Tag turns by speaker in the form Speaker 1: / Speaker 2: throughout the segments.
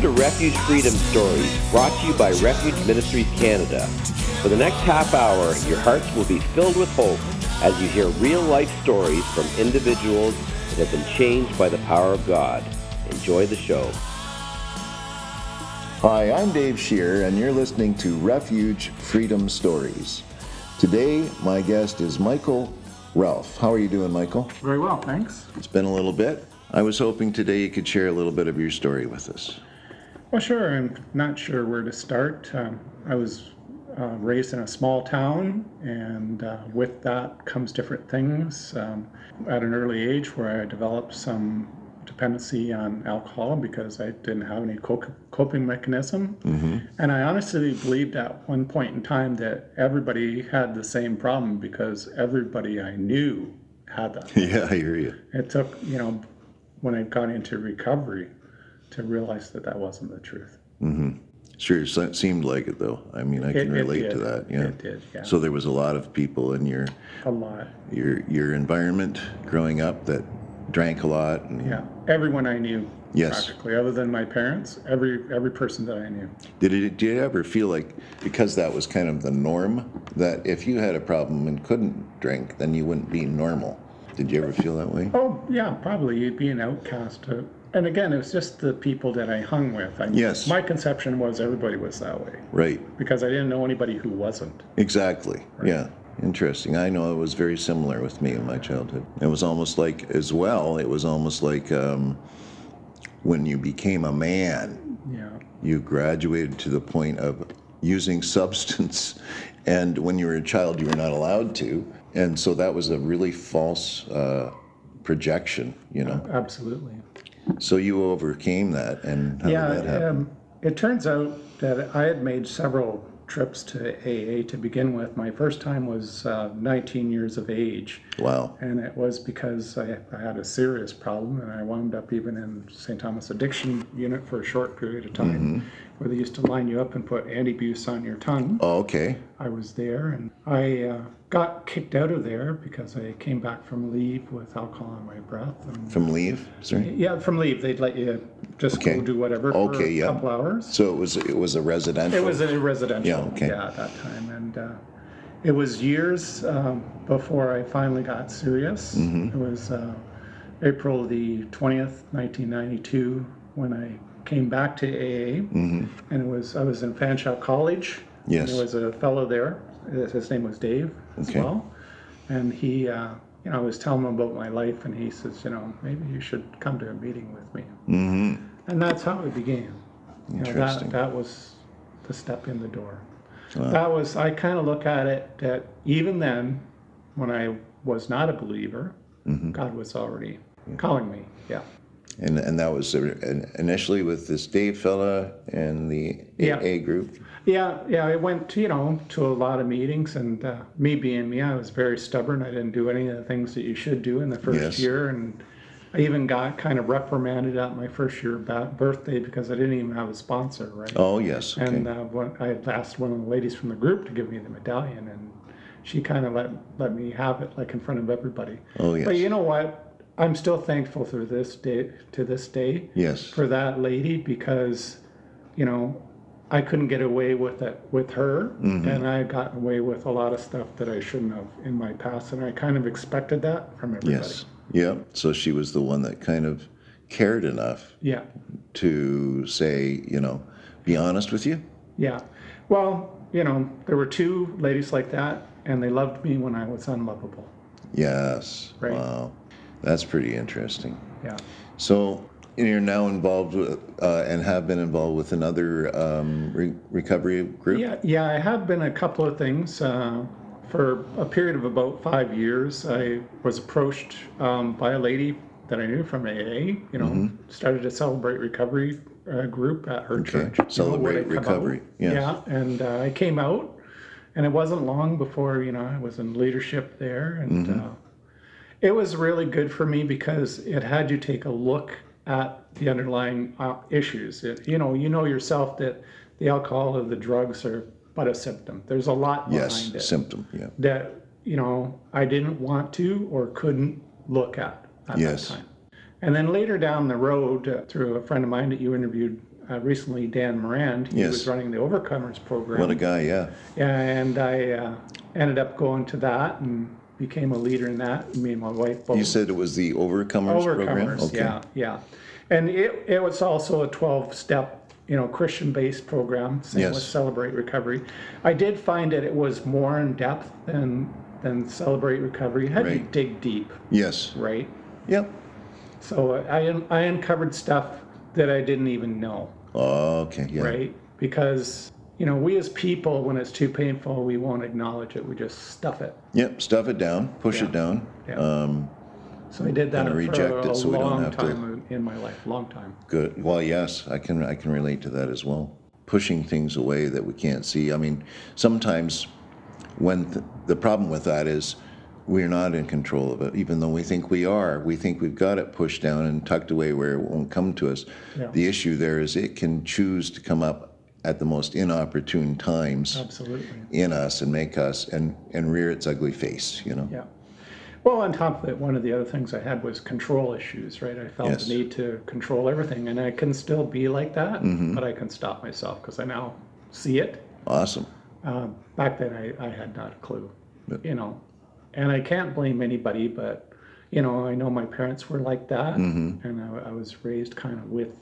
Speaker 1: to Refuge Freedom Stories, brought to you by Refuge Ministries Canada. For the next half hour, your hearts will be filled with hope as you hear real life stories from individuals that have been changed by the power of God. Enjoy the show.
Speaker 2: Hi, I'm Dave Shear, and you're listening to Refuge Freedom Stories. Today, my guest is Michael Ralph. How are you doing, Michael?
Speaker 3: Very well, thanks.
Speaker 2: It's been a little bit. I was hoping today you could share a little bit of your story with us.
Speaker 3: Well, sure. I'm not sure where to start. Um, I was uh, raised in a small town, and uh, with that comes different things. Um, at an early age, where I developed some dependency on alcohol because I didn't have any co- coping mechanism. And I honestly believed at one point in time that everybody had the same problem because everybody I knew had that.
Speaker 2: Yeah, I hear you.
Speaker 3: It took, you know, when I got into recovery to realize that that wasn't the truth.
Speaker 2: Sure, it seemed like it though. I mean, I
Speaker 3: It-
Speaker 2: can
Speaker 3: it
Speaker 2: relate
Speaker 3: did.
Speaker 2: to that. Yeah.
Speaker 3: It did, yeah.
Speaker 2: So there was a lot of people in your
Speaker 3: A lot.
Speaker 2: your your environment growing up that drank a lot. And
Speaker 3: Yeah. Everyone I knew.
Speaker 2: Yes.
Speaker 3: Practically, other than my parents, every every person that I knew.
Speaker 2: Did it? Did it ever feel like because that was kind of the norm that if you had a problem and couldn't drink, then you wouldn't be normal? Did you ever feel that way?
Speaker 3: Oh yeah, probably you'd be an outcast. Uh, and again, it was just the people that I hung with. I,
Speaker 2: Yes.
Speaker 3: My conception was everybody was that way
Speaker 2: Right.
Speaker 3: because I didn't know anybody who wasn't.
Speaker 2: Exactly. Yeah. Interesting. I know it was very similar with me in my childhood. It was almost like, as well, it was almost like um, when you became a man,
Speaker 3: Yeah.
Speaker 2: you graduated to the point of using substance. And when you were a child, you were not allowed to. And so that was a really false uh, projection, you know.
Speaker 3: Absolutely.
Speaker 2: So you overcame that. And how
Speaker 3: yeah.
Speaker 2: did that happen?
Speaker 3: Um, it turns out that I had made several trips to AA to begin with. My first time was uh, 19 years of age.
Speaker 2: wow.
Speaker 3: and it was because I, I had a serious problem and I wound up even in St. Thomas Addiction Unit for a short period of time where they used to line you up and put antabuse on your tongue.
Speaker 2: Mm-hmm. Oh, okay.
Speaker 3: I was there and I uh, got kicked out of there because I came back from leave with alcohol on my breath. And,
Speaker 2: From leave? Sorry.
Speaker 3: yeah, from leave, they'd let you just
Speaker 2: Okay.
Speaker 3: go do whatever for
Speaker 2: Okay,
Speaker 3: a
Speaker 2: yeah.
Speaker 3: couple hours.
Speaker 2: So it was it was a residential.
Speaker 3: It was a residential.
Speaker 2: Yeah, okay.
Speaker 3: at that time, and uh, it was years um, before I finally got serious.
Speaker 2: Mm-hmm.
Speaker 3: It was uh, April the twentieth, nineteen ninety-two, when I came back to AA, and it was I was in Fanshawe College.
Speaker 2: Mm-hmm. Yes.
Speaker 3: and there was a fellow there. His his name was Dave as
Speaker 2: Okay.
Speaker 3: well, and he. Uh, you know, I was telling him about my life, and he says, "You know, maybe you should come to a meeting with me."
Speaker 2: hmm
Speaker 3: And that's how it began. You know,
Speaker 2: Interesting.
Speaker 3: that, that was the step in the door. That was, I kind of look at it that even then, when I was not a believer,
Speaker 2: Mm-hmm.
Speaker 3: God was already calling me. Yeah.
Speaker 2: And and that was the- and initially with this Dave fella and the
Speaker 3: Yeah.
Speaker 2: AA group.
Speaker 3: Yeah. Yeah. I went, to, you know, to a lot of meetings and uh, me being me, I was very stubborn. I didn't do any of the things that you should do in the first
Speaker 2: Yes.
Speaker 3: year. And I even got kind of reprimanded at my first year ba- birthday because I didn't even have a sponsor, right?
Speaker 2: Oh yes. Okay.
Speaker 3: And uh, one, I had asked one of the ladies from the group to give me the medallion, and she kind of let let me have it, like in front of everybody.
Speaker 2: oh yes.
Speaker 3: But you know what? I'm still thankful for this day to this day
Speaker 2: yes.
Speaker 3: for that lady because, you know, I couldn't get away with it with her,
Speaker 2: Mm-hmm.
Speaker 3: and I got away with a lot of stuff that I shouldn't have in my past, and I kind of expected that from everybody.
Speaker 2: yes. Yep. So she was the one that kind of cared enough
Speaker 3: Yeah.
Speaker 2: to say, you know, be honest with you.
Speaker 3: Yeah. Well, you know, there were two ladies like that, and they loved me when I was unlovable.
Speaker 2: Yes.
Speaker 3: Right.
Speaker 2: Wow. That's pretty interesting.
Speaker 3: Yeah.
Speaker 2: So you're now involved with, uh, and have been involved with another um, re- recovery group.
Speaker 3: Yeah, yeah, I have been a couple of things. Uh, for a period of about five years, I was approached um, by a lady that I knew from AA. You know,
Speaker 2: Mm-hmm.
Speaker 3: started a Celebrate Recovery uh, group at her church. you know,
Speaker 2: Celebrate
Speaker 3: where I come out.
Speaker 2: Recovery, yes.
Speaker 3: Yeah, and uh, I came out, and it wasn't long before you know I was in leadership there, and
Speaker 2: Mm-hmm.
Speaker 3: uh, it was really good for me because it had you take a look at the underlying uh, issues. It, you know, you know yourself that the alcohol or the drugs are but a symptom. There's a lot behind
Speaker 2: Yes.
Speaker 3: it
Speaker 2: Symptom. Yeah.
Speaker 3: that you know I didn't want to or couldn't look at at
Speaker 2: Yes.
Speaker 3: that time. And then later down the road, uh, through a friend of mine that you interviewed uh, recently Dan Morand. He
Speaker 2: Yes.
Speaker 3: was running the Overcomers program.
Speaker 2: What a guy, yeah.
Speaker 3: Yeah, and I uh, ended up going to that and became a leader in that. Me and my wife both.
Speaker 2: You said it was the Overcomers, program?
Speaker 3: Oh. Overcomers, yeah, yeah. And it, it was also a 12 step, you know, Christian based program, same with
Speaker 2: Yes.
Speaker 3: Celebrate Recovery. I did find that it was more in depth than than Celebrate Recovery. It had you
Speaker 2: Right.
Speaker 3: dig deep,
Speaker 2: Yes.
Speaker 3: right?
Speaker 2: Yep.
Speaker 3: So I, I uncovered stuff that I didn't even know,
Speaker 2: Okay, yeah.
Speaker 3: right? Because, you know, we as people, when it's too painful, we won't acknowledge it. We just stuff it.
Speaker 2: Yep, stuff it down, push it down.
Speaker 3: Yeah.
Speaker 2: Um,
Speaker 3: So I did that
Speaker 2: Kinda
Speaker 3: for
Speaker 2: reject
Speaker 3: a
Speaker 2: it so we don't
Speaker 3: long
Speaker 2: have to-
Speaker 3: time in my life, long time.
Speaker 2: Good. Well, yes, I can I can relate to that as well. Pushing things away that we can't see. I mean, sometimes when th- the problem with that is we're not in control of it, even though we think we are. We think we've got it pushed down and tucked away where it won't come to us.
Speaker 3: Yeah.
Speaker 2: The issue there is it can choose to come up at the most inopportune times
Speaker 3: Absolutely.
Speaker 2: in us and make us and and rear its ugly face. You know.
Speaker 3: Yeah. Well, on top of it, one of the other things I had was control issues, right? I felt
Speaker 2: Yes.
Speaker 3: the need to control everything, and I can still be like that, but I can stop myself because I now see it.
Speaker 2: Awesome.
Speaker 3: Um, back then, I, I had not a clue, you know, and I can't blame anybody, but you know, I know my parents were like that, and I, I was raised kind of with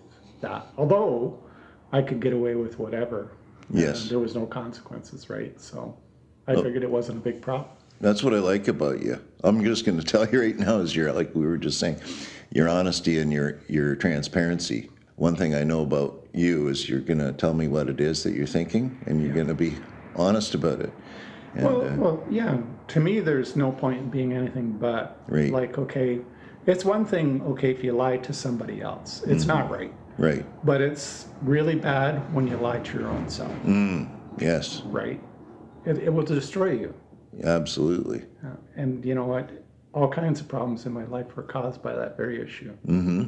Speaker 3: that. Although I could get away with whatever, and
Speaker 2: Yes.
Speaker 3: there was no consequences, right? So I figured it wasn't a big problem.
Speaker 2: That's what I like about you. I'm just going to tell you right now is your like we were just saying, your honesty and your your transparency. One thing I know about you is you're going to tell me what it is that you're thinking, and you're going to be honest about it. And
Speaker 3: Well,
Speaker 2: uh,
Speaker 3: well, yeah. To me, there's no point in being anything but
Speaker 2: Right.
Speaker 3: like, okay, it's one thing, okay, if you lie to somebody else,
Speaker 2: Mm-hmm.
Speaker 3: it's not right,
Speaker 2: right,
Speaker 3: but it's really bad when you lie to your own self,
Speaker 2: Mm, yes,
Speaker 3: right? It, it will destroy you.
Speaker 2: absolutely,
Speaker 3: Uh, And you know what? All kinds of problems in my life were caused by that very issue.
Speaker 2: Mm-hmm.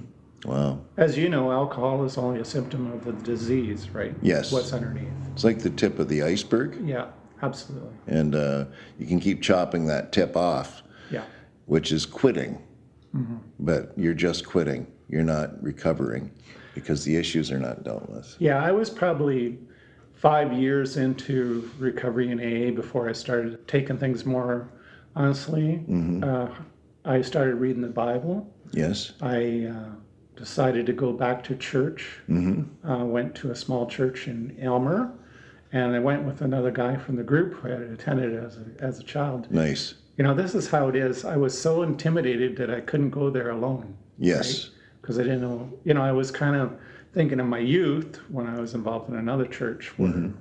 Speaker 2: wow.
Speaker 3: As you know, alcohol is only a symptom of the disease, right?
Speaker 2: Yes.
Speaker 3: What's underneath.
Speaker 2: It's like the tip of the iceberg,
Speaker 3: Yeah, absolutely.
Speaker 2: and uh, you can keep chopping that tip off,
Speaker 3: Yeah.
Speaker 2: which is quitting. But you're just quitting. You're not recovering because the issues are not dealt with.
Speaker 3: Yeah, I was probably five years into recovery in AA before I started taking things more honestly. Uh, I started reading the Bible.
Speaker 2: Yes.
Speaker 3: I uh, decided to go back to church. Uh, went to a small church in Elmer, and I went with another guy from the group who I had attended as a, as a child.
Speaker 2: Nice.
Speaker 3: You know, this is how it is. I was so intimidated that I couldn't go there alone
Speaker 2: Yes.
Speaker 3: because I didn't know, you know, I was kind of thinking of my youth when I was involved in another church where,
Speaker 2: Mm-hmm.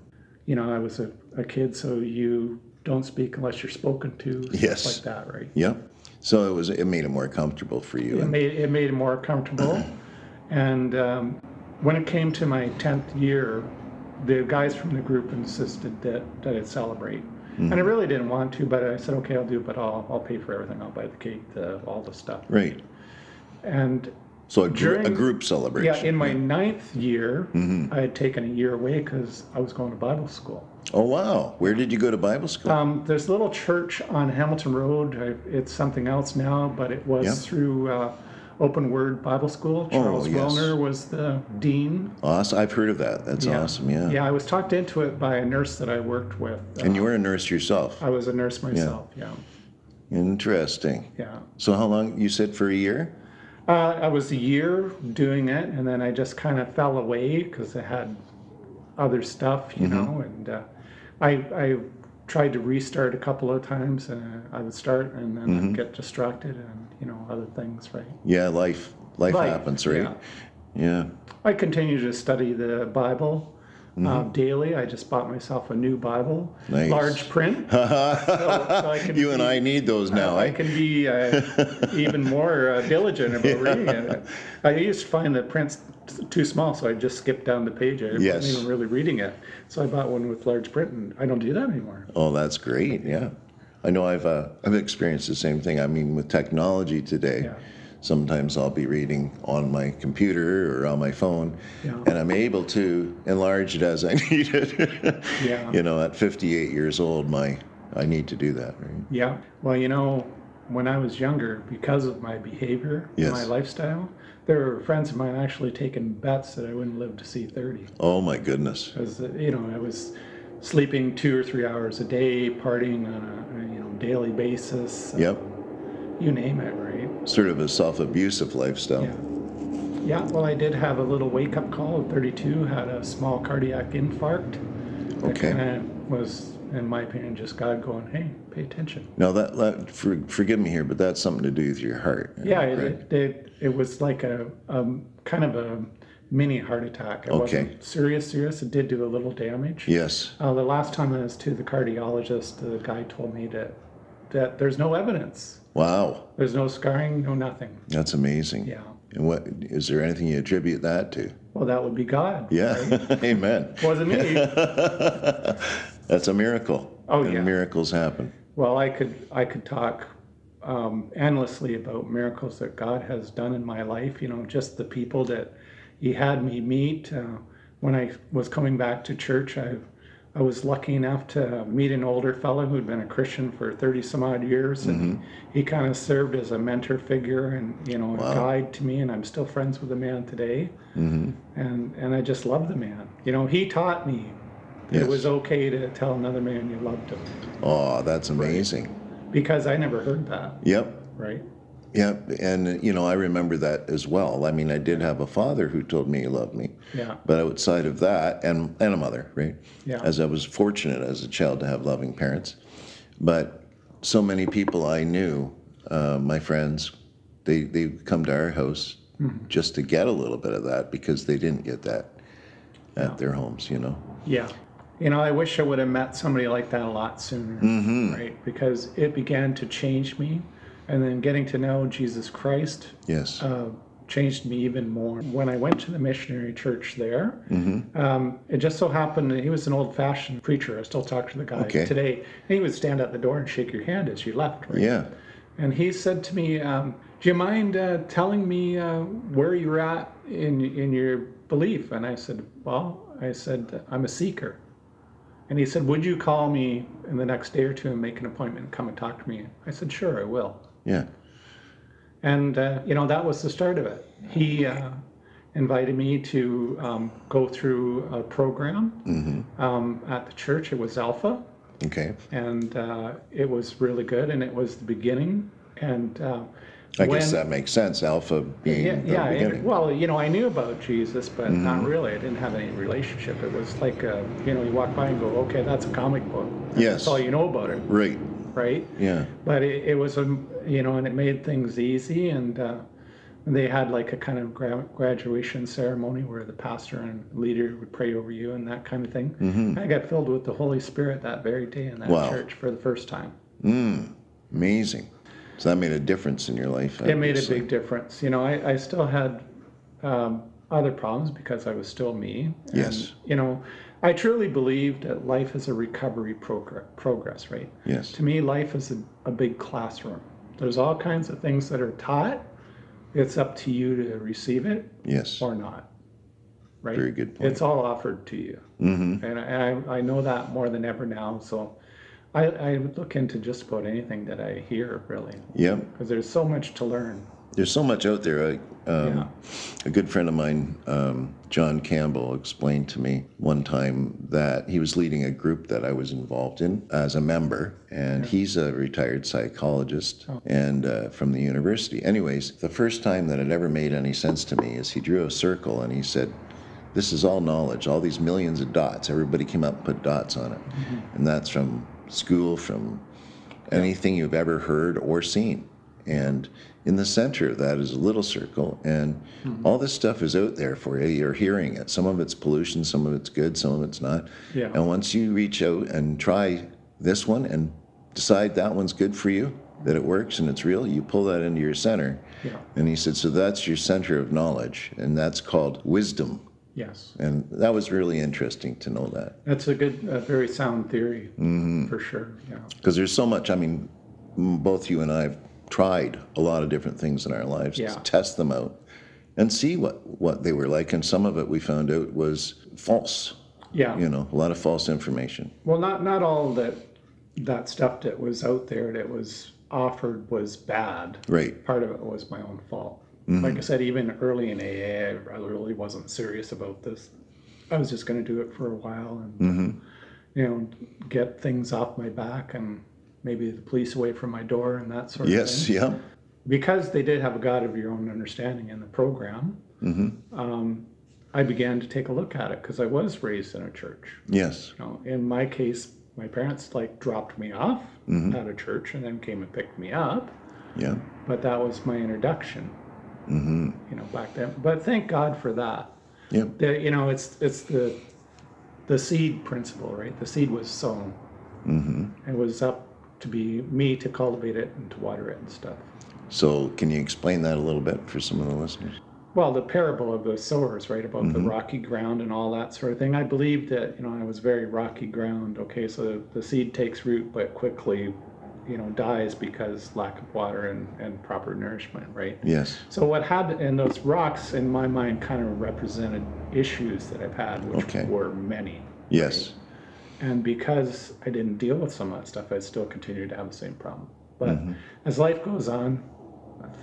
Speaker 3: you know, I was a, a kid, so you don't speak unless you're spoken to, stuff
Speaker 2: Yes.
Speaker 3: like that, right?
Speaker 2: Yep. So it was. It made it more comfortable for you.
Speaker 3: It
Speaker 2: And
Speaker 3: made it made it more comfortable, and um, when it came to my tenth year, the guys from the group insisted that that I celebrate. And I
Speaker 2: Mm-hmm.
Speaker 3: really didn't want to, but I said, okay, I'll do. it, But I'll, I'll pay for everything. I'll buy the cake, the, all the stuff.
Speaker 2: right.
Speaker 3: And
Speaker 2: So a, gr- a
Speaker 3: During-
Speaker 2: group
Speaker 3: Yeah,
Speaker 2: celebration.
Speaker 3: in my ninth year,
Speaker 2: Mm-hmm.
Speaker 3: I had taken a year away because I was going to Bible school.
Speaker 2: oh wow. Where did you go to Bible school?
Speaker 3: Um, there's a little church on Hamilton Road. I- It's something else now, but it was
Speaker 2: Yeah. Oh,
Speaker 3: through uh, Open Word Bible School. Charles
Speaker 2: yes.
Speaker 3: Wellner was the dean.
Speaker 2: awesome. I've heard of that. That's awesome. Yeah.
Speaker 3: Yeah, I was talked into it by a nurse that I worked with. Uh,
Speaker 2: And you were a nurse yourself.
Speaker 3: I was a nurse myself. Yeah,
Speaker 2: Interesting.
Speaker 3: yeah.
Speaker 2: So how long you said for a year?
Speaker 3: Uh, I was a year doing it, and then I just kind of fell away because I had other stuff,
Speaker 2: Mm-hmm.
Speaker 3: you know. And uh, I, I tried to restart a couple of times, and I would start, and then
Speaker 2: Mm-hmm.
Speaker 3: I'd get distracted, and you know, other things. Right.
Speaker 2: Yeah. Life. Life,
Speaker 3: Life,
Speaker 2: happens, right? Yeah.
Speaker 3: I continue to study the Bible uh, daily. I just bought myself a new Bible,
Speaker 2: Mm-hmm. Nice.
Speaker 3: large print. so, so I can
Speaker 2: You and
Speaker 3: be-
Speaker 2: I need those now. eh?
Speaker 3: I
Speaker 2: I
Speaker 3: can be uh, even more uh, diligent about reading it. I used to find the print's t- too small, so I just skipped down the page. I
Speaker 2: Yes.
Speaker 3: wasn't even really reading it. So I bought one with large print, and I don't do that anymore.
Speaker 2: Oh, that's great. Yeah. I know I've uh, I've experienced the same thing. I mean, with technology today,
Speaker 3: Yeah.
Speaker 2: sometimes I'll be reading on my computer or on my phone,
Speaker 3: Yeah.
Speaker 2: and I'm able to enlarge it as I need it.
Speaker 3: Yeah.
Speaker 2: You know, at 58 years old, my I need to do that. Right?
Speaker 3: Yeah. Well, you know, when I was younger, because of my behavior,
Speaker 2: Yes.
Speaker 3: my lifestyle, there were friends of mine actually taking bets that I wouldn't live to see 30.
Speaker 2: Oh my goodness.
Speaker 3: Because, you know, I was sleeping two or three hours a day, partying on a, you know, daily basis.
Speaker 2: Yep.
Speaker 3: You name it, right?
Speaker 2: Sort of a self-abusive lifestyle.
Speaker 3: Yeah. Yeah, well, I did have a little wake up call at 32, had a small cardiac infarct.
Speaker 2: Okay.
Speaker 3: And was, in my opinion, just God going, hey, pay attention.
Speaker 2: Now that, that for, forgive me here, but that's something to do with your heart.
Speaker 3: Yeah, it,
Speaker 2: right?
Speaker 3: it, it, it was like a, a kind of a mini heart attack. It
Speaker 2: Okay.
Speaker 3: wasn't serious, serious. It did do a little damage.
Speaker 2: Yes.
Speaker 3: Uh, the last time I was to the cardiologist, the guy told me that that there's no evidence.
Speaker 2: Wow,
Speaker 3: There's no scarring, no nothing.
Speaker 2: that's amazing.
Speaker 3: Yeah.
Speaker 2: And what is there anything you attribute that to?
Speaker 3: Well, that would be God.
Speaker 2: Yeah. Amen.
Speaker 3: Wasn't me.
Speaker 2: That's a miracle.
Speaker 3: Oh,
Speaker 2: and
Speaker 3: yeah.
Speaker 2: Miracles happen.
Speaker 3: well, I could I could talk um, endlessly about miracles that God has done in my life. You know, just the people that He had me meet. Uh, when I was coming back to church, I I was lucky enough to meet an older fellow who'd been a Christian for thirty some odd years, and he kind of served as a mentor figure and you know a guide to me. And I'm still friends with the man today, and and I just love the man. You know, he taught me. that
Speaker 2: Yes.
Speaker 3: It was okay to tell another man you loved him
Speaker 2: Oh, that's amazing.
Speaker 3: because I never heard that,
Speaker 2: Yep.
Speaker 3: right?
Speaker 2: Yep. And, you know, I remember that as well. I mean, I did have a father who told me he loved me.
Speaker 3: Yeah.
Speaker 2: But outside of that, and, and a mother, right?
Speaker 3: Yeah.
Speaker 2: As I was fortunate as a child to have loving parents. But so many people I knew, uh, my friends, they, they come to our house
Speaker 3: Mm-hmm.
Speaker 2: just to get a little bit of that because they didn't get that at their homes, you know?
Speaker 3: Yeah. You know, I wish I would have met somebody like that a lot sooner, right? Because it began to change me. And then getting to know Jesus Christ
Speaker 2: Yes.
Speaker 3: uh, changed me even more. When I went to the missionary church there, um, it just so happened that he was an old fashioned preacher. I still talk to the guy
Speaker 2: Okay.
Speaker 3: today. And he would stand at the door and shake your hand as you left, right?
Speaker 2: yeah.
Speaker 3: And he said to me, um, "Do you mind uh, telling me uh, where you're at in in your belief?" And I said, "Well, I said I'm a seeker." And he said, "Would you call me in the next day or two and make an appointment and come and talk to me?" I said, "Sure, I will."
Speaker 2: Yeah.
Speaker 3: And uh, you know that was the start of it. He uh, invited me to um, go through a program um, at the church. It was Alpha
Speaker 2: Okay.
Speaker 3: and uh, it was really good, and it was the beginning. And uh,
Speaker 2: I
Speaker 3: when-
Speaker 2: guess that makes sense. Alpha being
Speaker 3: yeah,
Speaker 2: the
Speaker 3: yeah. and-
Speaker 2: beginning. Mm-hmm.
Speaker 3: well, you know, I knew about Jesus, but not really. I didn't have any relationship. It was like, uh, you know, you walk by and go, okay, that's a comic book.
Speaker 2: yes.
Speaker 3: That's all you know about it,
Speaker 2: Right.
Speaker 3: right?
Speaker 2: Yeah.
Speaker 3: But it, it was, um, you know, and it made things easy. And uh, they had like a kind of gra- graduation ceremony where the pastor and leader would pray over you and that kind of thing. I got filled with the Holy Spirit that very day in that
Speaker 2: Mm-hmm. Wow.
Speaker 3: church for the first time.
Speaker 2: Mm. Amazing. So that made a difference in your life.
Speaker 3: it made a
Speaker 2: obviously.
Speaker 3: big difference. You know, I, I still had um, other problems because I was still me. And,
Speaker 2: Yes.
Speaker 3: You know, I truly believed that life is a recovery progr- progress, right?
Speaker 2: Yes.
Speaker 3: To me, life is a, a big classroom. There's all kinds of things that are taught. It's up to you to receive it
Speaker 2: Yes.
Speaker 3: or not, right?
Speaker 2: Very good point.
Speaker 3: It's all offered to you.
Speaker 2: Mm-hmm.
Speaker 3: And, I, and I, I know that more than ever now. So I, I would look into just about anything that I hear, really,
Speaker 2: Yep.
Speaker 3: because there's so much to learn.
Speaker 2: There's so much out there. Like, um,
Speaker 3: Yeah.
Speaker 2: A good friend of mine, um, John Campbell, explained to me one time that he was leading a group that I was involved in as a member, and he's a retired psychologist and uh, from the university. Anyways, the first time that it ever made any sense to me is he drew a circle and he said, "This is all knowledge. All these millions of dots. Everybody came up and put dots on it, and that's from school, from anything you've ever heard or seen. And in the center of that is a little circle, and all this stuff is out there for you. You're hearing it. Some of it's pollution, some of it's good, some of it's not.
Speaker 3: Yeah.
Speaker 2: And once you reach out and try this one and decide that one's good for you, that it works and it's real, you pull that into your center.
Speaker 3: Yeah.
Speaker 2: And he said, So that's your center of knowledge, and that's called wisdom.
Speaker 3: Yes,
Speaker 2: And that was really interesting to know that.
Speaker 3: that's a good, a very sound theory
Speaker 2: Mm-hmm.
Speaker 3: for sure. Yeah,
Speaker 2: because there's so much. I mean, m- both you and I have tried a lot of different things in our lives
Speaker 3: Yeah.
Speaker 2: to test them out and see what what they were like. And some of it we found out was false.
Speaker 3: yeah.
Speaker 2: You know, a lot of false information.
Speaker 3: Well, not not all that that stuff that was out there that was offered was bad.
Speaker 2: Right.
Speaker 3: Part of it was my own fault.
Speaker 2: Mm-hmm.
Speaker 3: Like I said, even early in AA, I really wasn't serious about this. I was just going to do it for a while and,
Speaker 2: Mm.
Speaker 3: you know, get things off my back and maybe the police away from my door and that sort of thing
Speaker 2: Yes, yeah.
Speaker 3: because they did have a God of your own understanding in the program, um, I began to take a look at it because I was raised in a church.
Speaker 2: Yes.
Speaker 3: You know, in my case, my parents like dropped me off at a church and then came and picked me up,
Speaker 2: Yeah.
Speaker 3: but that was my introduction.
Speaker 2: Mm-hmm.
Speaker 3: You know, back then. But thank God for that.
Speaker 2: Yeah.
Speaker 3: That you know, it's it's the the seed principle, right? The seed was sown.
Speaker 2: Mm-hmm.
Speaker 3: It was up to be me to cultivate it and to water it and stuff.
Speaker 2: So can you explain that a little bit for some of the listeners?
Speaker 3: well the parable of the sowers right about the rocky ground and all that sort of thing i believe that you know i was very rocky ground okay so the seed takes root but quickly you know dies because lack of water and, and proper nourishment right
Speaker 2: Yes.
Speaker 3: so what happened and those rocks in my mind kind of represented issues that i've had which
Speaker 2: Okay.
Speaker 3: were many
Speaker 2: Yes.
Speaker 3: and because I didn't deal with some of that stuff, I still continue to have the same problem. But as life goes on,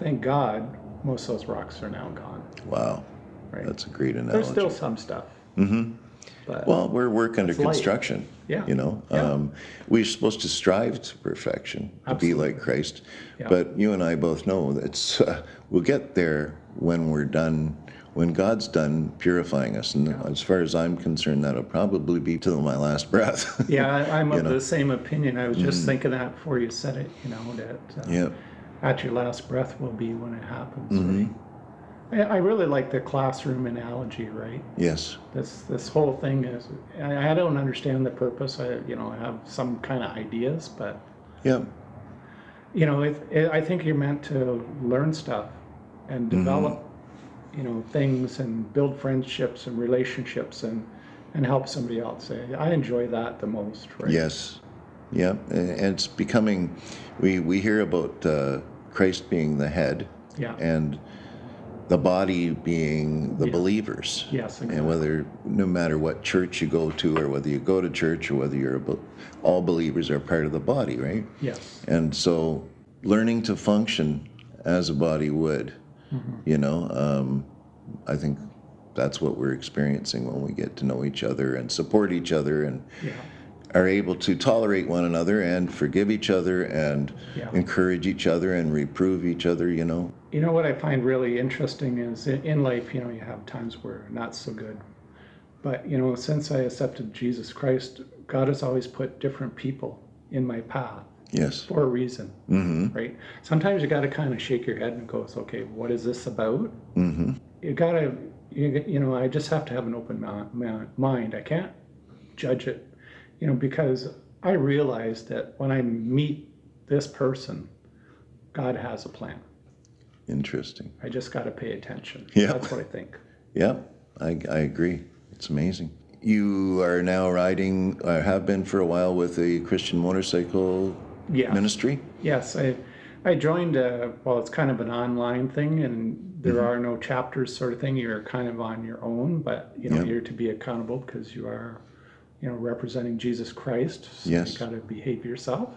Speaker 3: thank God, most of those rocks are now gone.
Speaker 2: Wow.
Speaker 3: Right.
Speaker 2: That's a great analogy.
Speaker 3: There's still some stuff.
Speaker 2: Mm-hmm. Well, we're work under
Speaker 3: light.
Speaker 2: construction.
Speaker 3: Yeah.
Speaker 2: You know,
Speaker 3: Yeah.
Speaker 2: um, we're supposed to strive to perfection, to be like Christ.
Speaker 3: Yeah.
Speaker 2: But you and I both know that's uh, we'll get there when we're done, when God's done purifying us. And as far as I'm concerned, that'll probably be till my last breath.
Speaker 3: Yeah, I, I'm
Speaker 2: You
Speaker 3: of
Speaker 2: know. Mm.
Speaker 3: the same opinion. I was just thinking that before you said it, you know, that uh,
Speaker 2: yeah.
Speaker 3: at your last breath will be when it happens.
Speaker 2: Mm-hmm.
Speaker 3: right? I, I really like the classroom analogy, right?
Speaker 2: Yes.
Speaker 3: This this whole thing is, I, I don't understand the purpose. I, you know, I have some kind of ideas, but
Speaker 2: Yeah.
Speaker 3: you know, it, it, I think you're meant to learn stuff and
Speaker 2: Mm-hmm.
Speaker 3: develop, you know, things and build friendships and relationships and and help somebody else. I, I enjoy that the most. Right?
Speaker 2: Yes. Yeah. And and it's becoming. We we hear about uh, Christ being the head.
Speaker 3: Yeah.
Speaker 2: and the body being the
Speaker 3: Yeah.
Speaker 2: believers.
Speaker 3: Yes,
Speaker 2: And whether, no matter what church you go to, or whether you go to church, or whether you're a, bel- all believers are part of the body, right?
Speaker 3: yes.
Speaker 2: And so, learning to function as a body would, you know, um, I think that's what we're experiencing when we get to know each other and support each other and
Speaker 3: Yeah.
Speaker 2: are able to tolerate one another and forgive each other and
Speaker 3: Yeah.
Speaker 2: encourage each other and reprove each other, you know.
Speaker 3: You know what I find really interesting is in, in life, you know, you have times where not so good. But, you know, since I accepted Jesus Christ, God has always put different people in my path
Speaker 2: Yes. Mm-hmm.
Speaker 3: for a reason, right? Sometimes you got to kind of shake your head and go, okay, what is this about? Mm-hmm. You got to, you, you know, I just have to have an open mi- mi- mind. I can't judge it, you know, because I realize that when I meet this person, God has a plan.
Speaker 2: Interesting.
Speaker 3: I just got to pay attention.
Speaker 2: Yeah.
Speaker 3: That's what I think.
Speaker 2: Yep, I, I agree. It's amazing. You are now riding, or have been for a while, with the Christian motorcycle
Speaker 3: Yeah.
Speaker 2: ministry.
Speaker 3: Yes, I, I joined. A, well, it's kind of an online thing, and there are no chapters, sort of thing. You're kind of on your own, but you know
Speaker 2: Yeah.
Speaker 3: you're to be accountable because you are, you know, representing Jesus Christ. So
Speaker 2: Yes.
Speaker 3: you got to behave yourself.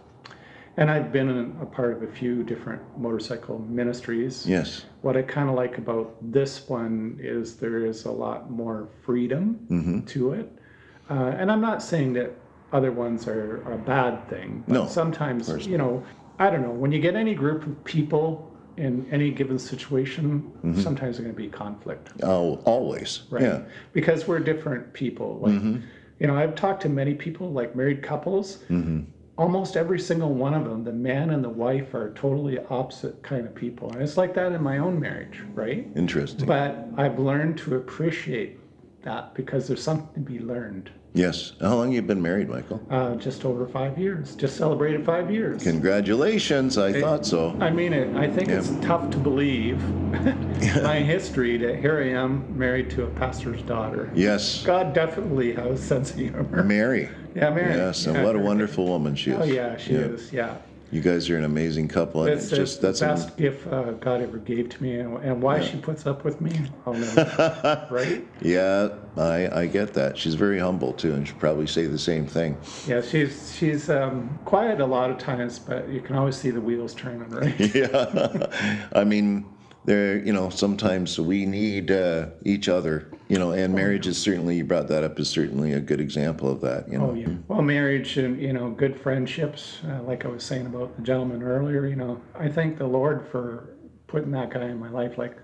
Speaker 3: And I've been in- a part of a few different motorcycle ministries.
Speaker 2: Yes.
Speaker 3: What I kind of like about this one is there is a lot more freedom
Speaker 2: Mm-hmm.
Speaker 3: to it. Uh, and I'm not saying that other ones are a bad thing, but
Speaker 2: No,
Speaker 3: sometimes, you know, I don't know, when you get any group of people in any given situation, sometimes there's going to be conflict,
Speaker 2: Oh, always.
Speaker 3: right?
Speaker 2: Mm-hmm. Yeah. Mm-hmm.
Speaker 3: Because we're different people. Like, you know, I've talked to many people, like married couples.
Speaker 2: Mm-hmm.
Speaker 3: Almost every single one of them, the man and the wife are totally opposite kind of people. And it's like that in my own marriage, right?
Speaker 2: Interesting.
Speaker 3: But I've learned to appreciate that because there's something to be learned.
Speaker 2: yes. How long you been married, Michael?
Speaker 3: Uh, just over five years, just celebrated five years.
Speaker 2: Congratulations. I thought so.
Speaker 3: I mean, it, I think it's tough to believe my history that here I am married to a pastor's daughter.
Speaker 2: Yes.
Speaker 3: God definitely has a sense of humor.
Speaker 2: Mary.
Speaker 3: Yeah, Mary.
Speaker 2: Yes, and
Speaker 3: Yeah.
Speaker 2: what a wonderful woman she is.
Speaker 3: Oh yeah, she is. Yeah,
Speaker 2: You guys are an amazing couple. and
Speaker 3: that's,
Speaker 2: It's just that's
Speaker 3: the
Speaker 2: a,
Speaker 3: best gift uh, God ever gave to me, and, and why she puts up with me, I'll never. right?
Speaker 2: yeah. I I get that. She's very humble too, and she'll probably say the same thing.
Speaker 3: Yeah, she's she's um, quiet a lot of times, but you can always see the wheels turning. Right?
Speaker 2: Yeah, I mean, there, you know, sometimes we need uh, each other, you know,
Speaker 3: Oh,
Speaker 2: and marriage is certainly, you brought that up, is certainly a good example of that, you know.
Speaker 3: Oh, yeah. Well, marriage and, you know, good friendships, uh, like I was saying about the gentleman earlier, you know, I thank the Lord for putting that guy in my life. Like,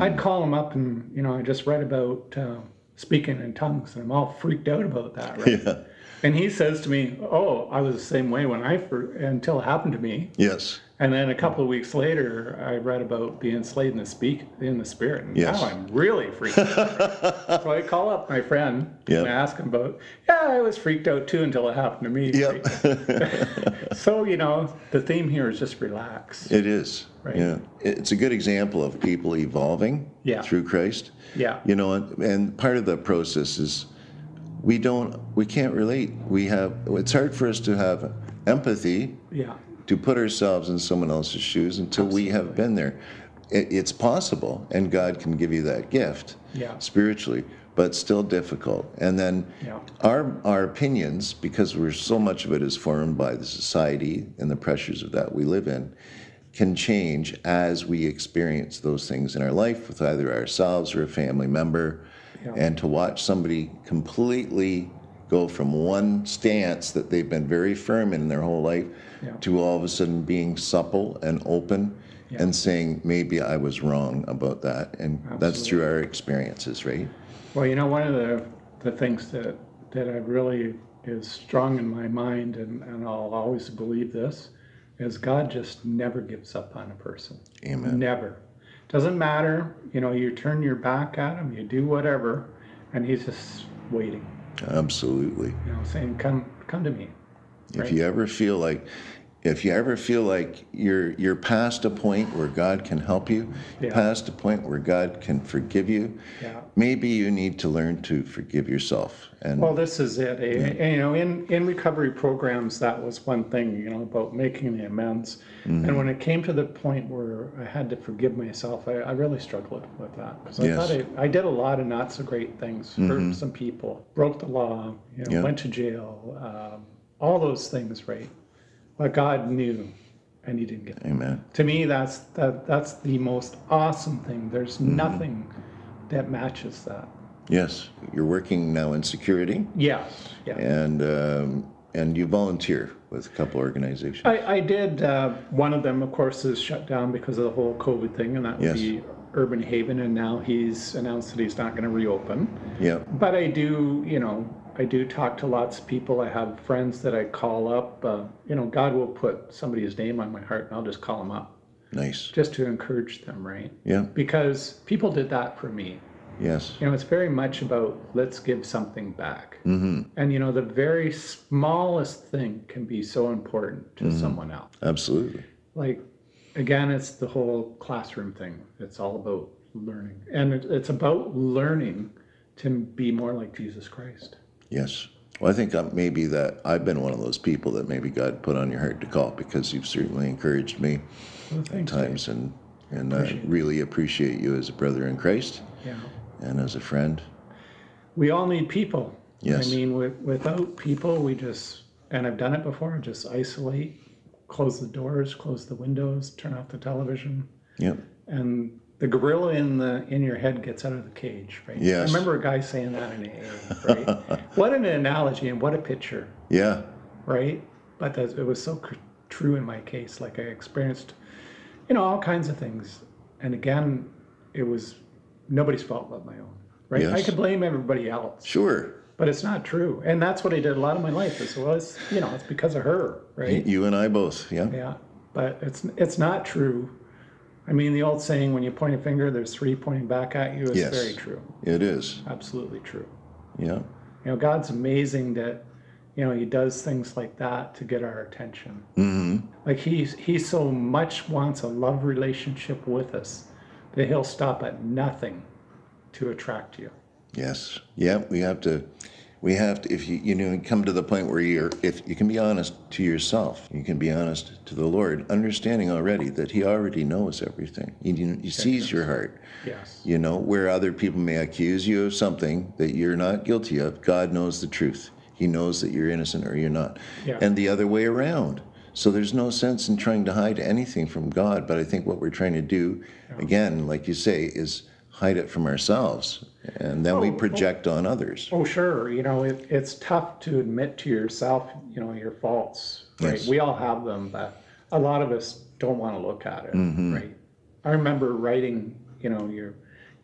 Speaker 3: I'd call him up and, you know, I just read about uh, speaking in tongues and I'm all freaked out about that, right?
Speaker 2: Yeah.
Speaker 3: And he says to me, Oh, I was the same way when I first, until it happened to me.
Speaker 2: Yes.
Speaker 3: And then a couple of weeks later, I read about being slayed in the speak in the spirit. And
Speaker 2: Yes.
Speaker 3: now I'm really freaked out. so I call up my friend
Speaker 2: Yep.
Speaker 3: and I ask him about, yeah, I was freaked out too until it happened to me.
Speaker 2: Yep.
Speaker 3: So, you know, the theme here is just relax.
Speaker 2: It is.
Speaker 3: Right.
Speaker 2: Yeah. It's a good example of people evolving
Speaker 3: Yeah.
Speaker 2: through Christ.
Speaker 3: Yeah.
Speaker 2: You know, and, and part of the process is we don't, we can't relate. We have, it's hard for us to have empathy
Speaker 3: Yeah.
Speaker 2: to put ourselves in someone else's shoes until we have been there. It, it's possible, and God can give you that gift
Speaker 3: Yeah.
Speaker 2: spiritually, but still difficult. And then
Speaker 3: Yeah.
Speaker 2: our our opinions, because we're so much of it is formed by the society and the pressures of that we live in, can change as we experience those things in our life with either ourselves or a family member.
Speaker 3: Yeah.
Speaker 2: And to watch somebody completely go from one stance that they've been very firm in their whole life
Speaker 3: Yeah.
Speaker 2: to all of a sudden being supple and open and saying, maybe I was wrong about that. And that's through our experiences, right?
Speaker 3: Well, you know, one of the, the things that, that I really is strong in my mind, and, and I'll always believe this, is God just never gives up on a person.
Speaker 2: Amen.
Speaker 3: Never. Doesn't matter. You know, you turn your back at him, you do whatever, and he's just waiting.
Speaker 2: Absolutely.
Speaker 3: You know, saying, "Come, come to me."
Speaker 2: If you ever feel like if you ever feel like you're you're past a point where God can help you,
Speaker 3: Yeah.
Speaker 2: past a point where God can forgive you,
Speaker 3: Yeah.
Speaker 2: maybe you need to learn to forgive yourself. And
Speaker 3: Well, this is it. eh? And, you know, in in recovery programs, that was one thing. You know, about making the amends.
Speaker 2: Mm-hmm.
Speaker 3: And when it came to the point where I had to forgive myself, I, I really struggled with that because I
Speaker 2: Yes. Mm-hmm.
Speaker 3: thought I, I did a lot of not so great things, hurt some people, broke the law, you know,
Speaker 2: Yeah.
Speaker 3: went to jail, um, all those things, right? But God knew, and He didn't get
Speaker 2: Amen.
Speaker 3: to me that's that that's the most awesome thing there's
Speaker 2: Mm-hmm.
Speaker 3: nothing that matches that
Speaker 2: Yes, you're working now in security,
Speaker 3: yeah yeah,
Speaker 2: and um, and you volunteer with a couple organizations.
Speaker 3: I, I did uh, one of them of course is shut down because of the whole covid thing and that would
Speaker 2: Yes.
Speaker 3: be urban haven and now he's announced that he's not going to reopen
Speaker 2: yeah,
Speaker 3: but i do you know i do talk to lots of people i have friends that i call up uh, you know god will put somebody's name on my heart and i'll just call them up
Speaker 2: nice.
Speaker 3: just to encourage them right
Speaker 2: Yeah,
Speaker 3: because people did that for me
Speaker 2: yes,
Speaker 3: you know it's very much about let's give something back mm-hmm. and you know the very smallest thing can be so important to someone else
Speaker 2: absolutely.
Speaker 3: like again it's the whole classroom thing it's all about learning and it, it's about learning to be more like jesus christ
Speaker 2: Yes. Well, I think I'm- maybe that I've been one of those people that maybe God put on your heart to call because you've certainly encouraged me.
Speaker 3: well, thanks
Speaker 2: times and and I really appreciate you as a brother in Christ
Speaker 3: yeah
Speaker 2: and as a friend.
Speaker 3: we all need people
Speaker 2: Yes.
Speaker 3: i mean with, without people we just and i've done it before just isolate close the doors close the windows turn off the television
Speaker 2: Yep.
Speaker 3: and the gorilla in the in your head gets out of the cage, right? I
Speaker 2: Yes.
Speaker 3: remember a guy saying that in AA, right? what an analogy and what a picture,
Speaker 2: Yeah.
Speaker 3: right? But that, it was so cr- true in my case. Like I experienced, you know, all kinds of things, and again, it was nobody's fault but my own, right? I
Speaker 2: Yes.
Speaker 3: could blame everybody else,
Speaker 2: Sure.
Speaker 3: but it's not true, and that's what I did a lot of my life. Is well, it's you know, it's because of her, right?
Speaker 2: You and I both. Yeah.
Speaker 3: Yeah, but it's it's not true. I mean, the old saying, when you point a finger, there's three pointing back at you, is
Speaker 2: Yes.
Speaker 3: very true.
Speaker 2: It is.
Speaker 3: Absolutely true.
Speaker 2: Yeah.
Speaker 3: You know, God's amazing that, you know, He does things like that to get our attention. Mm-hmm. Like He's He so much wants a love relationship with us that He'll stop at nothing to attract you.
Speaker 2: Yes. Yeah. We have to. We have to. If you you know come to the point where you're if you can be honest to yourself, you can be honest to the Lord, understanding already that He already knows everything. He, he sees your heart.
Speaker 3: Yes.
Speaker 2: You know, where other people may accuse you of something that you're not guilty of, God knows the truth. He knows that you're innocent or you're not.
Speaker 3: Yeah.
Speaker 2: And the other way around. So there's no sense in trying to hide anything from God, but I think what we're trying to do, again, like you say, is hide it from ourselves, and then we
Speaker 3: Oh, oh.
Speaker 2: project on others.
Speaker 3: Oh, sure. You know, it, it's tough to admit to yourself, you know, your faults. Right.
Speaker 2: Yes.
Speaker 3: We all have them, but a lot of us don't want to look at it. Right. I remember writing, you know, your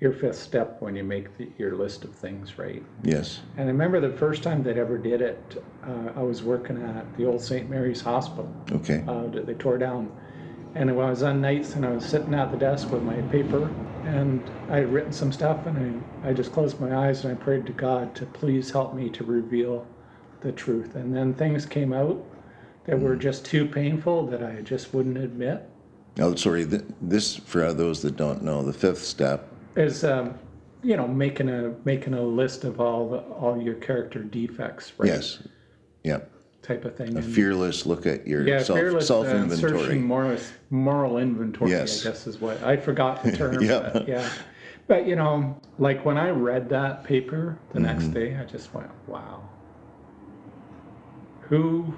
Speaker 3: your fifth step when you make the, your list of things. Right.
Speaker 2: Yes.
Speaker 3: And I remember the first time that ever did it, uh, I was working at the old St. Mary's Hospital
Speaker 2: Okay.
Speaker 3: uh, that they tore down. And I was on nights and I was sitting at the desk with my paper and I had written some stuff and I, I just closed my eyes and I prayed to God to please help me to reveal the truth. And then things came out that
Speaker 2: Hmm.
Speaker 3: were just too painful that I just wouldn't admit.
Speaker 2: Oh, sorry. Th- this for those that don't know, the fifth step.
Speaker 3: Is um, you know making a making a list of all the, all your character defects, right?
Speaker 2: Yes. Yeah.
Speaker 3: Type of thing.
Speaker 2: A
Speaker 3: And-
Speaker 2: fearless look at your
Speaker 3: Yeah,
Speaker 2: self
Speaker 3: fearless
Speaker 2: self
Speaker 3: uh,
Speaker 2: inventory.
Speaker 3: searching moral, moral inventory,
Speaker 2: Yes.
Speaker 3: I guess is what I forgot the term.
Speaker 2: Yeah.
Speaker 3: But yeah. But you know, like when I read that paper the next
Speaker 2: Mm-hmm.
Speaker 3: day, I just went, wow. Who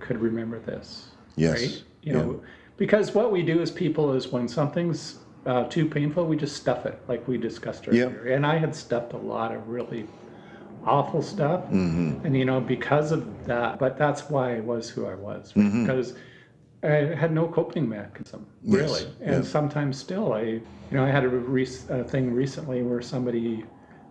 Speaker 3: could remember this?
Speaker 2: Yes.
Speaker 3: Right?
Speaker 2: Yeah.
Speaker 3: You know, because what we do as people is when something's uh, too painful, we just stuff it, like we discussed
Speaker 2: Yeah.
Speaker 3: earlier. And I had stuffed a lot of really awful stuff.
Speaker 2: Mm-hmm.
Speaker 3: And, you know, because of that, but that's why I was who I was, right? because I had no coping mechanism, really.
Speaker 2: Mm-hmm. Yes,
Speaker 3: And
Speaker 2: yeah.
Speaker 3: sometimes still, I, you know, I had a, re- a thing recently where somebody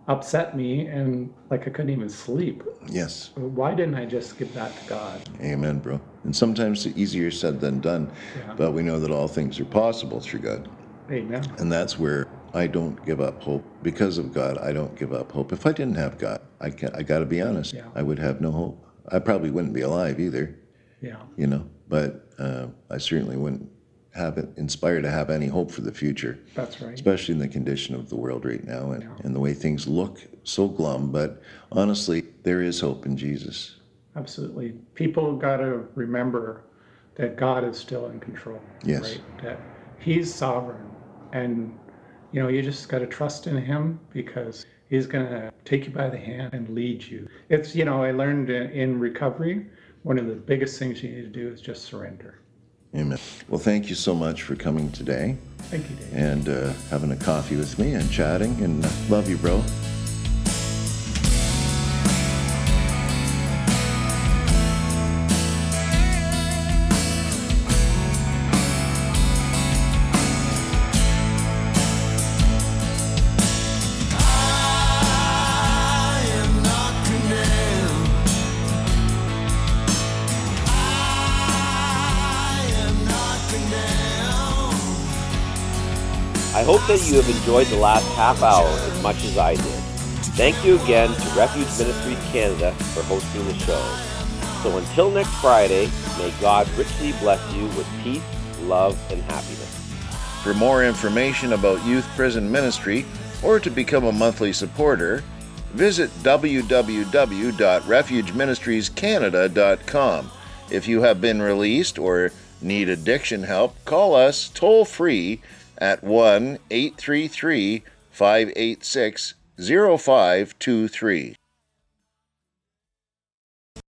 Speaker 3: upset me and like I couldn't even sleep.
Speaker 2: Yes.
Speaker 3: Why didn't I just give that to God?
Speaker 2: Amen, bro. And sometimes it's easier said than done,
Speaker 3: Yeah.
Speaker 2: but we know that all things are possible through God.
Speaker 3: Amen.
Speaker 2: And that's where I don't give up hope. Because of God, I don't give up hope. If I didn't have God, I, ca I got to be honest,
Speaker 3: Yeah.
Speaker 2: I would have no hope. I probably wouldn't be alive either,
Speaker 3: Yeah.
Speaker 2: you know, but uh, I certainly wouldn't have it inspired to have any hope for the future,
Speaker 3: That's right.
Speaker 2: especially in the condition of the world right now and, and the way things look so glum. But honestly, there is hope in Jesus.
Speaker 3: Absolutely. People got to remember that God is still in control.
Speaker 2: Yes.
Speaker 3: Right? That He's sovereign. And, you know, you just got to trust in Him because He's going to take you by the hand and lead you. It's, you know, I learned in, in recovery, one of the biggest things you need to do is just surrender.
Speaker 2: Amen. Well, thank you so much for coming today.
Speaker 3: Thank you, Dave.
Speaker 2: and uh, having a coffee with me and chatting. And uh, love you, bro.
Speaker 1: I hope that you have enjoyed the last half hour as much as I did. Thank you again to Refuge Ministries Canada for hosting the show. So until next Friday, may God richly bless you with peace, love, and happiness.
Speaker 2: For more information about Youth Prison Ministry or to become a monthly supporter, visit www.refugeministriescanada.com. If you have been released or need addiction help, call us toll free at 1 833 586 0523.